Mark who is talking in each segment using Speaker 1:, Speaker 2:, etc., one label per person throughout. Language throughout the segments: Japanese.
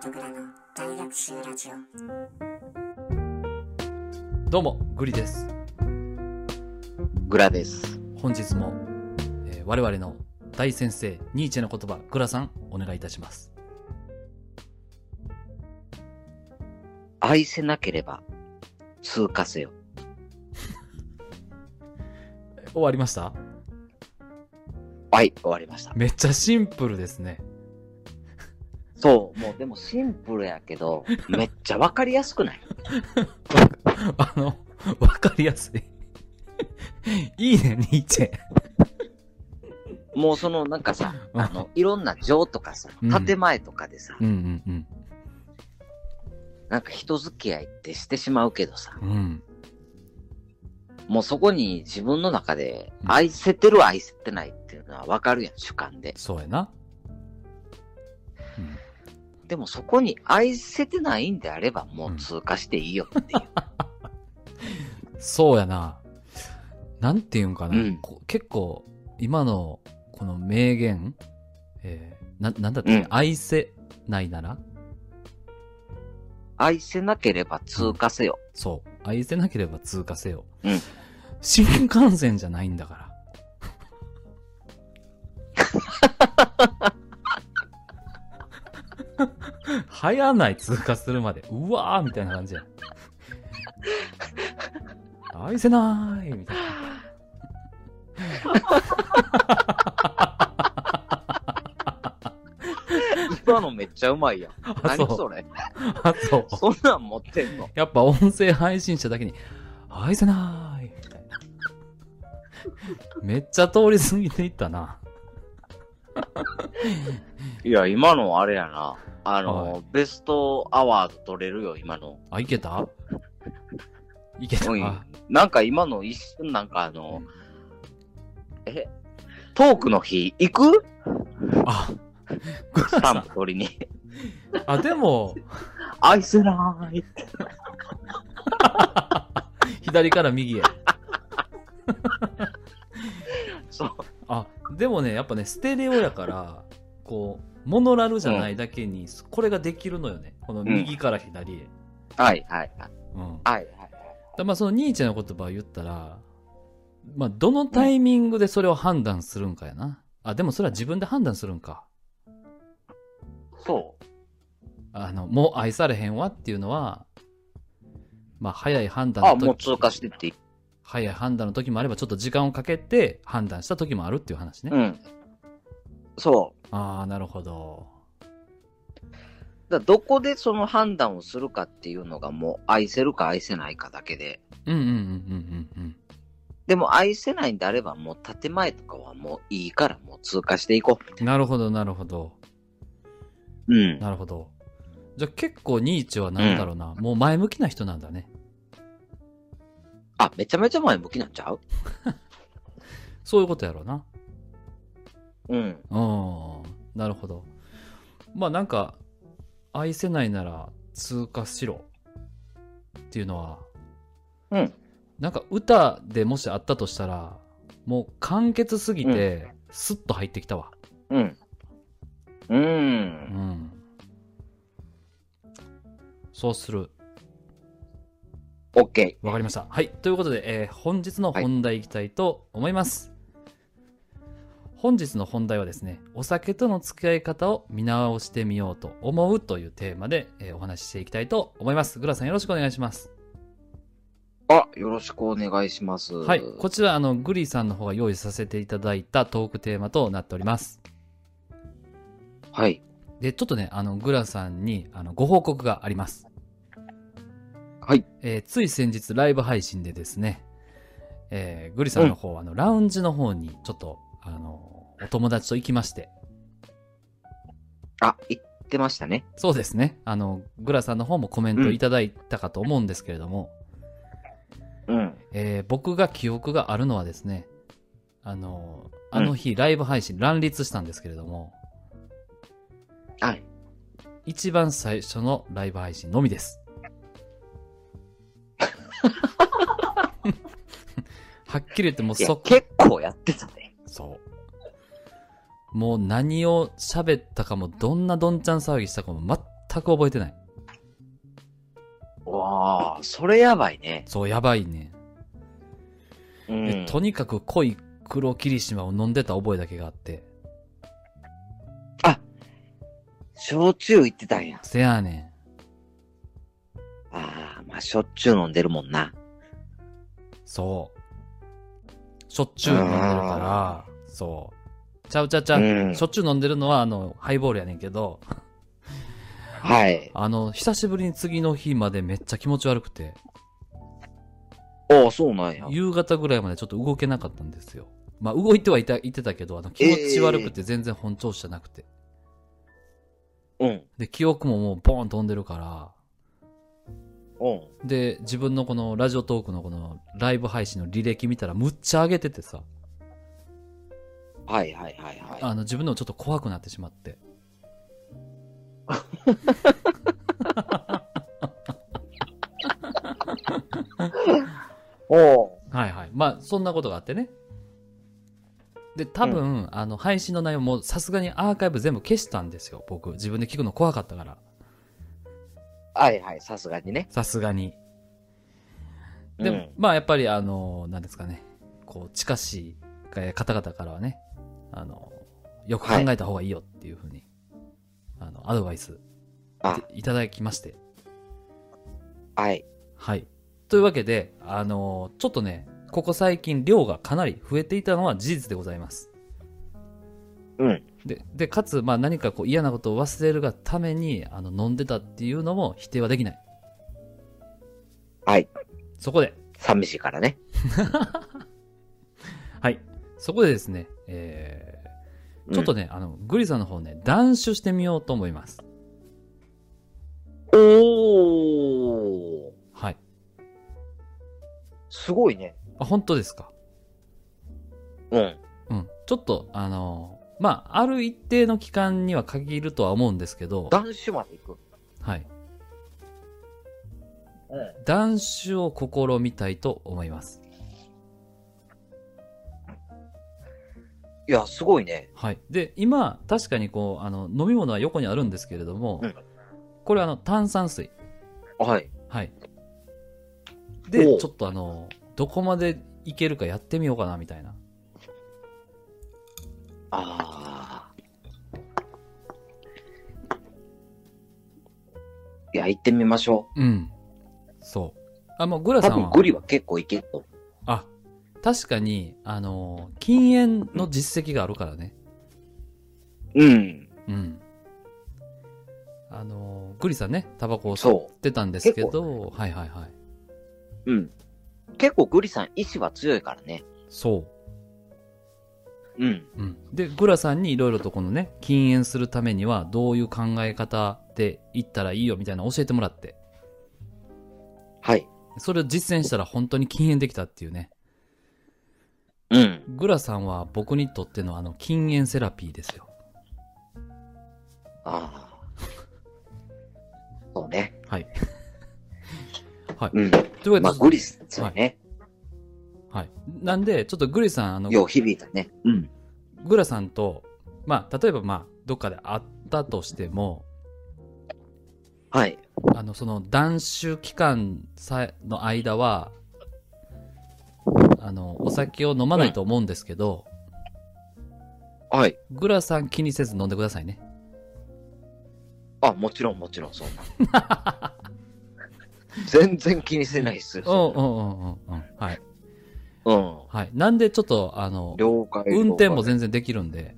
Speaker 1: とグラの大学習ラジオ
Speaker 2: どうも、グリです。
Speaker 3: グラです。
Speaker 2: 本日も、えー我々の大先生、ニーチェの言葉、グラさん、お願いいたします。
Speaker 3: 愛せなければ通過せよ。
Speaker 2: え終わりました
Speaker 3: はい、終わりました。
Speaker 2: めっちゃシンプルですね。
Speaker 3: そう、もうでもシンプルやけど、 めっちゃわかりやすくない
Speaker 2: あの、わかりやすい。いいね、ニーチェ。
Speaker 3: もうそのなんかさ、
Speaker 2: うん
Speaker 3: あの、いろんな情とかさ
Speaker 2: うん、
Speaker 3: 建前とかでさ、
Speaker 2: うんうん
Speaker 3: なんか人付き合いってしてしまうけどさ、
Speaker 2: うん。うん。
Speaker 3: もうそこに自分の中で
Speaker 2: うん
Speaker 3: 愛せてる愛せてないっていうのはわかるやん、主観で。
Speaker 2: そうやな。
Speaker 3: でもそこに愛せてないんであればもう通過していいよっていう。
Speaker 2: うんそうやな。なんていうんかな。
Speaker 3: うん
Speaker 2: こ結構、今の、この名言、えーな、なんだって、
Speaker 3: うん
Speaker 2: 愛せないなら
Speaker 3: 愛せなければ通過せよ。
Speaker 2: そう。愛せなければ通過せよ。
Speaker 3: うん
Speaker 2: 新幹線じゃないんだから。早ない通過するまで。うわーみたいな感じや。愛せなーいみたいな。
Speaker 3: 今のめっちゃうまいやん。
Speaker 2: あ、
Speaker 3: 何
Speaker 2: そう。
Speaker 3: それ
Speaker 2: あ、そう。
Speaker 3: そんなん持ってんの
Speaker 2: やっぱ音声配信者だけに、愛せなーいみたいな。めっちゃ通り過ぎていったな。
Speaker 3: いや、今のあれやな。あの、
Speaker 2: は
Speaker 3: ベストアワード取れるよ、今の。
Speaker 2: あ、いけたいけた。
Speaker 3: うん
Speaker 2: あ
Speaker 3: なんか今の一瞬なんかあ
Speaker 2: う
Speaker 3: の、
Speaker 2: ん
Speaker 3: え、トークの日行く
Speaker 2: あ、
Speaker 3: スタンプ取りに。
Speaker 2: あ、でも、
Speaker 3: 愛せない。
Speaker 2: 左から右へ。
Speaker 3: そう。
Speaker 2: あ、でもね、やっぱね、ステレオやから、こう、モノラルじゃないだけに、これができるのよね。この右から左へ。
Speaker 3: はいはいはい。
Speaker 2: うん。だか
Speaker 3: はいはいはい。
Speaker 2: らまあ、そのニーチェの言葉を言ったら、まあ、どのタイミングでそれを判断するんかやな。あ、でもそれは自分で判断するんか。
Speaker 3: そう。
Speaker 2: あの、もう愛されへんわっていうのは、まあ、早い判断の
Speaker 3: あ、
Speaker 2: 時
Speaker 3: もう通過してっていい。
Speaker 2: 早い判断の時もあれば、ちょっと時間をかけて判断した時もあるっていう話ね。
Speaker 3: うん。そう。
Speaker 2: ああ、なるほど。
Speaker 3: だからどこでその判断をするかっていうのがもう愛せるか愛せないかだけで。
Speaker 2: うんうんうんうんうんうん。
Speaker 3: でも愛せないんであればもう建前とかはもういいからもう通過していこ
Speaker 2: なるほど、なるほど。
Speaker 3: う。うん。
Speaker 2: なるほど。じゃあ結構ニーチェはなんだろうな、もう前向きな人なんだね。
Speaker 3: あ、めちゃめちゃ前向きなんちゃう
Speaker 2: そういうことやろうな。
Speaker 3: うん。
Speaker 2: うん。なるほど。まあなんか、愛せないなら通過しろっていうのは、
Speaker 3: うん。
Speaker 2: なんか歌でもしあったとしたら、もう簡潔すぎて、スッと入ってきたわ。
Speaker 3: うん。う。
Speaker 2: うんん。そうする。
Speaker 3: オッケ
Speaker 2: わかりました。はい。ということで、えー本日の本題いきたいと思います。本日の本題はですね、お酒との付き合い方を見直してみようと思うというテーマで、えーお話ししていきたいと思います。グラさんよろしくお願いします。
Speaker 3: ー。あ、よろしくお願いします。
Speaker 2: はい。こちら、あの、グリさんの方が用意させていただいたトークテーマとなっております。
Speaker 3: はい。
Speaker 2: で、ちょっとね、あの、グラさんに、あの、ご報告があります。
Speaker 3: はい。
Speaker 2: えーつい先日ライブ配信でですね、えーグリさんの方、あの、ラウンジの方に、ちょっと、あの、お友達と行きまして、
Speaker 3: あ、言ってましたね。
Speaker 2: そうですね、あの、グラさんの方もコメントいただいたかと思うんですけれども、
Speaker 3: うん。
Speaker 2: えー僕が記憶があるのはですね、あの、あの日、ライブ配信乱立したんですけれども、
Speaker 3: はい。
Speaker 2: 一番最初のライブ配信のみ です。はっきり言ってもう
Speaker 3: いや
Speaker 2: そ、
Speaker 3: 結構やってたね。
Speaker 2: そう。もう何を喋ったかも、どんなどんちゃん騒ぎしたかもく覚えてない。
Speaker 3: わあ、それやばいね。
Speaker 2: そう、やばいね。
Speaker 3: う
Speaker 2: で
Speaker 3: ん。
Speaker 2: とにかく濃い黒霧島を飲んでた覚えだけがあって。
Speaker 3: 焼酎行ってたんや。
Speaker 2: せやねん。
Speaker 3: ああ、まあしょっちゅう飲んでるもんな。
Speaker 2: そう。しょっちゅう飲んでるから、そう。ちゃうちゃうちゃう。
Speaker 3: うん
Speaker 2: しょっちゅう飲んでるのは、あの、ハイボールやねんけど、
Speaker 3: はい。
Speaker 2: あの、久しぶりに次の日までめっちゃ気持ち悪くて、
Speaker 3: ああ、そうなんや。
Speaker 2: 夕方ぐらいまでちょっと動けなかったんですよ。まあ、動いてはいた、いてたけど、あの、気持ち悪くて全然本調子じゃなくて。
Speaker 3: うん。
Speaker 2: で、記憶ももうボーン飛んでるから、
Speaker 3: うん。
Speaker 2: で、自分のこのラジオトークのこのライブ配信の履歴見たらむっちゃ上げててさ、
Speaker 3: はいはいはいは
Speaker 2: あの自分でもちょっと怖くなってしまって。
Speaker 3: い。おう。
Speaker 2: はいはい。まあ、そんなことがあってね。で、多分、あの、配信の内容もさすがにアーカイブ全部消したんですよ、僕。自分で聞くの怖かったから。
Speaker 3: はいはい、さすがにね。
Speaker 2: さすがに。でも、
Speaker 3: うん
Speaker 2: まあやっぱりあの、なんですかね、こう、近しいえー方々からはね、あの、よく考えた方がいいよっていうふうに、あの、アドバイス
Speaker 3: あ、
Speaker 2: いただきまして、
Speaker 3: はい。
Speaker 2: はい。というわけで、あの、ちょっとね、ここ最近量がかなり増えていたのは事実でございます。
Speaker 3: うん。
Speaker 2: で、で、かつ、まあ何かこう嫌なことを忘れるがために、あの、飲んでたっていうのも否定はできない。
Speaker 3: はい。
Speaker 2: そこで、
Speaker 3: 寂しいからね。
Speaker 2: はい。そこでですね、えー、ちょっとね、あの、グリさんの方ね、断酒してみようと思います。
Speaker 3: うん。おー。
Speaker 2: はい。
Speaker 3: すごいね。
Speaker 2: あ、本当ですか。
Speaker 3: うん。
Speaker 2: うん。ちょっと、あのーまあ、ある一定の期間には限るとは思うんですけど、
Speaker 3: 男子まで行く。
Speaker 2: はい。
Speaker 3: うん。
Speaker 2: 断酒を試みたいと思います。
Speaker 3: いや、すごいね。
Speaker 2: はい。で、今、確かにこう、あの、飲み物は横にあるんですけれども、
Speaker 3: うん
Speaker 2: これあの、炭酸水。
Speaker 3: はい。
Speaker 2: はい。で、
Speaker 3: おう
Speaker 2: ちょっとあの、どこまでいけるかやってみようかな、みたいな。
Speaker 3: あー。いや、行ってみましょ
Speaker 2: うん。そう。あ、もうグラ
Speaker 3: う。多
Speaker 2: さん
Speaker 3: 分
Speaker 2: は。
Speaker 3: グリは結構いけると。
Speaker 2: あ、確かに、あのー、禁煙の実績があるからね。
Speaker 3: うん。
Speaker 2: うん。あのー、グリさんね、タバコを吸
Speaker 3: そ
Speaker 2: ってたんですけ
Speaker 3: 結
Speaker 2: ど、はいはいはい。
Speaker 3: う。うん。結構グリさん意志は強いからね。
Speaker 2: そ
Speaker 3: うん。
Speaker 2: う。うん。で、グラさんにいろいろとこのね、禁煙するためにはどういう考え方で行ったらいいよみたいなの教えてもらって、
Speaker 3: はい。
Speaker 2: それを実践したら本当に禁煙できたっていうね。
Speaker 3: うん。
Speaker 2: グラさんは僕にとってのあの、禁煙セラピーですよ。
Speaker 3: あー。そうね。
Speaker 2: はい。
Speaker 3: うん。
Speaker 2: というわけで
Speaker 3: まあ、グリスですよね。
Speaker 2: はい。なんで、ちょっとグリさん、あの、
Speaker 3: よう響いたね。うん。
Speaker 2: グラさんと、まあ、例えば、まあ、どっかで会ったとしても、
Speaker 3: はい。
Speaker 2: あの、その、断酒期間さえの間は、あの、お酒を飲まないと思うんですけど、
Speaker 3: はい。
Speaker 2: グラさん気にせず飲んでくださいね。
Speaker 3: あ、もちろんもちろん、そんな。 全然気にせないっす
Speaker 2: うんうん
Speaker 3: よ。
Speaker 2: うんうんうん。はい。
Speaker 3: うん。
Speaker 2: はい。なんで、ちょっと、あの、
Speaker 3: 了解。
Speaker 2: 運転も全然できるんで、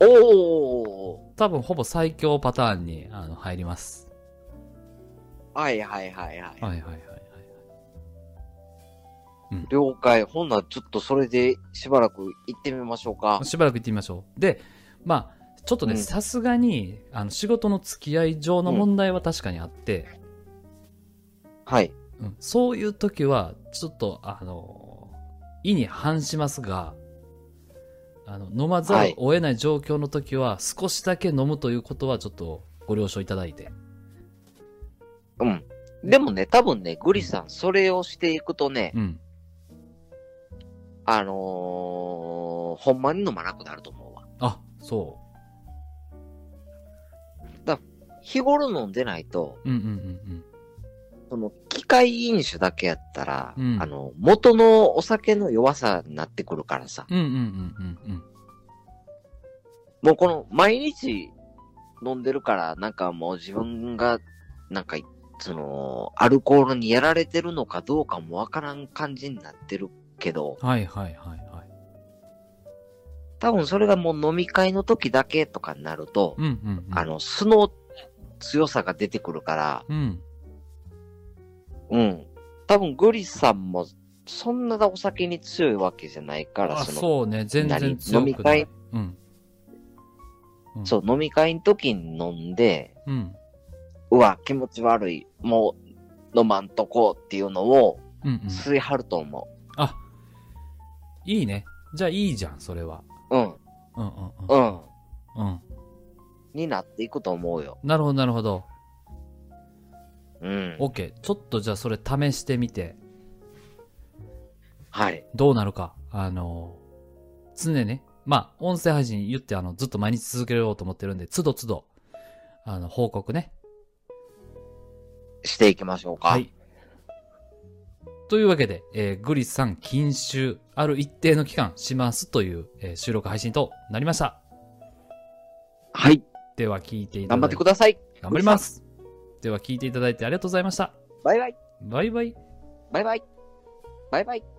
Speaker 3: おお
Speaker 2: 多分ほぼ最強パターンに、あの、入ります。
Speaker 3: ーはいはいはいはい。
Speaker 2: はいはいはいはい。
Speaker 3: 了解。ほんならちょっとそれでしばらく行ってみましょうか。
Speaker 2: しばらく行ってみましょう。で、まあ、ちょっとね、
Speaker 3: うん
Speaker 2: さすがに、あの、仕事の付き合い上の問題は確かにあって、
Speaker 3: はい。
Speaker 2: うんそういう時は、ちょっと、あの、意に反しますが、あの、飲まざるを得ない状況の時は、少しだけ飲むということは、ちょっと、ご了承いただいて。
Speaker 3: うん。でもね、多分ね、グリさん、それをしていくとね、
Speaker 2: うん。
Speaker 3: あのー、ほんまに飲まなくなると思うわ。
Speaker 2: あ、そ
Speaker 3: だから日頃飲んでないと、
Speaker 2: うんうん
Speaker 3: その機械飲酒だけやったら、
Speaker 2: うん
Speaker 3: あの、元のお酒の弱さになってくるからさ、
Speaker 2: うんうん。うんうんうんうん
Speaker 3: もうこの毎日飲んでるから、なんかもう自分が、なんか、その、アルコールにやられてるのかどうかもわからん感じになってるけど、
Speaker 2: うん。はいはいはいはい。
Speaker 3: 多分それがもう飲み会の時だけとかになると、
Speaker 2: うんうん、うん。
Speaker 3: あ。の、素の強さが出てくるから、
Speaker 2: うん。
Speaker 3: うん。多分グリスさんも、そんなお酒に強いわけじゃないから、
Speaker 2: あ、
Speaker 3: その、
Speaker 2: そうね。全然
Speaker 3: 何
Speaker 2: 強くない。
Speaker 3: 飲み会
Speaker 2: うん。うん
Speaker 3: そう、飲み会の時に飲んで、
Speaker 2: うん。
Speaker 3: うわ、気持ち悪い、もう、飲まんとこうっていうのを、
Speaker 2: うんうん。
Speaker 3: 吸い張ると思
Speaker 2: あ、いいね。じゃあいいじゃん、それは。
Speaker 3: う。うん、
Speaker 2: うんうんう
Speaker 3: うん。
Speaker 2: ん。うん。
Speaker 3: になっていくと思うよ。
Speaker 2: なるほど、なるほど。
Speaker 3: うん。
Speaker 2: OK。ちょっとじゃあそれ試してみて、
Speaker 3: はい。
Speaker 2: どうなるか。あの、常ね。まあ、音声配信言って、あの、ずっと毎日続けようと思ってるんで、つどつど、あの、報告ね。
Speaker 3: していきましょうか。
Speaker 2: はい。というわけで、えーグリスさん禁酒、ある一定の期間しますという、えー収録配信となりました。
Speaker 3: はい。
Speaker 2: では聞いていただい
Speaker 3: 頑張ってください。
Speaker 2: 頑張ります。では聞いていただいてありがとうございました。
Speaker 3: バイバイ。
Speaker 2: バイバイ。
Speaker 3: バイバイ。バイバイ。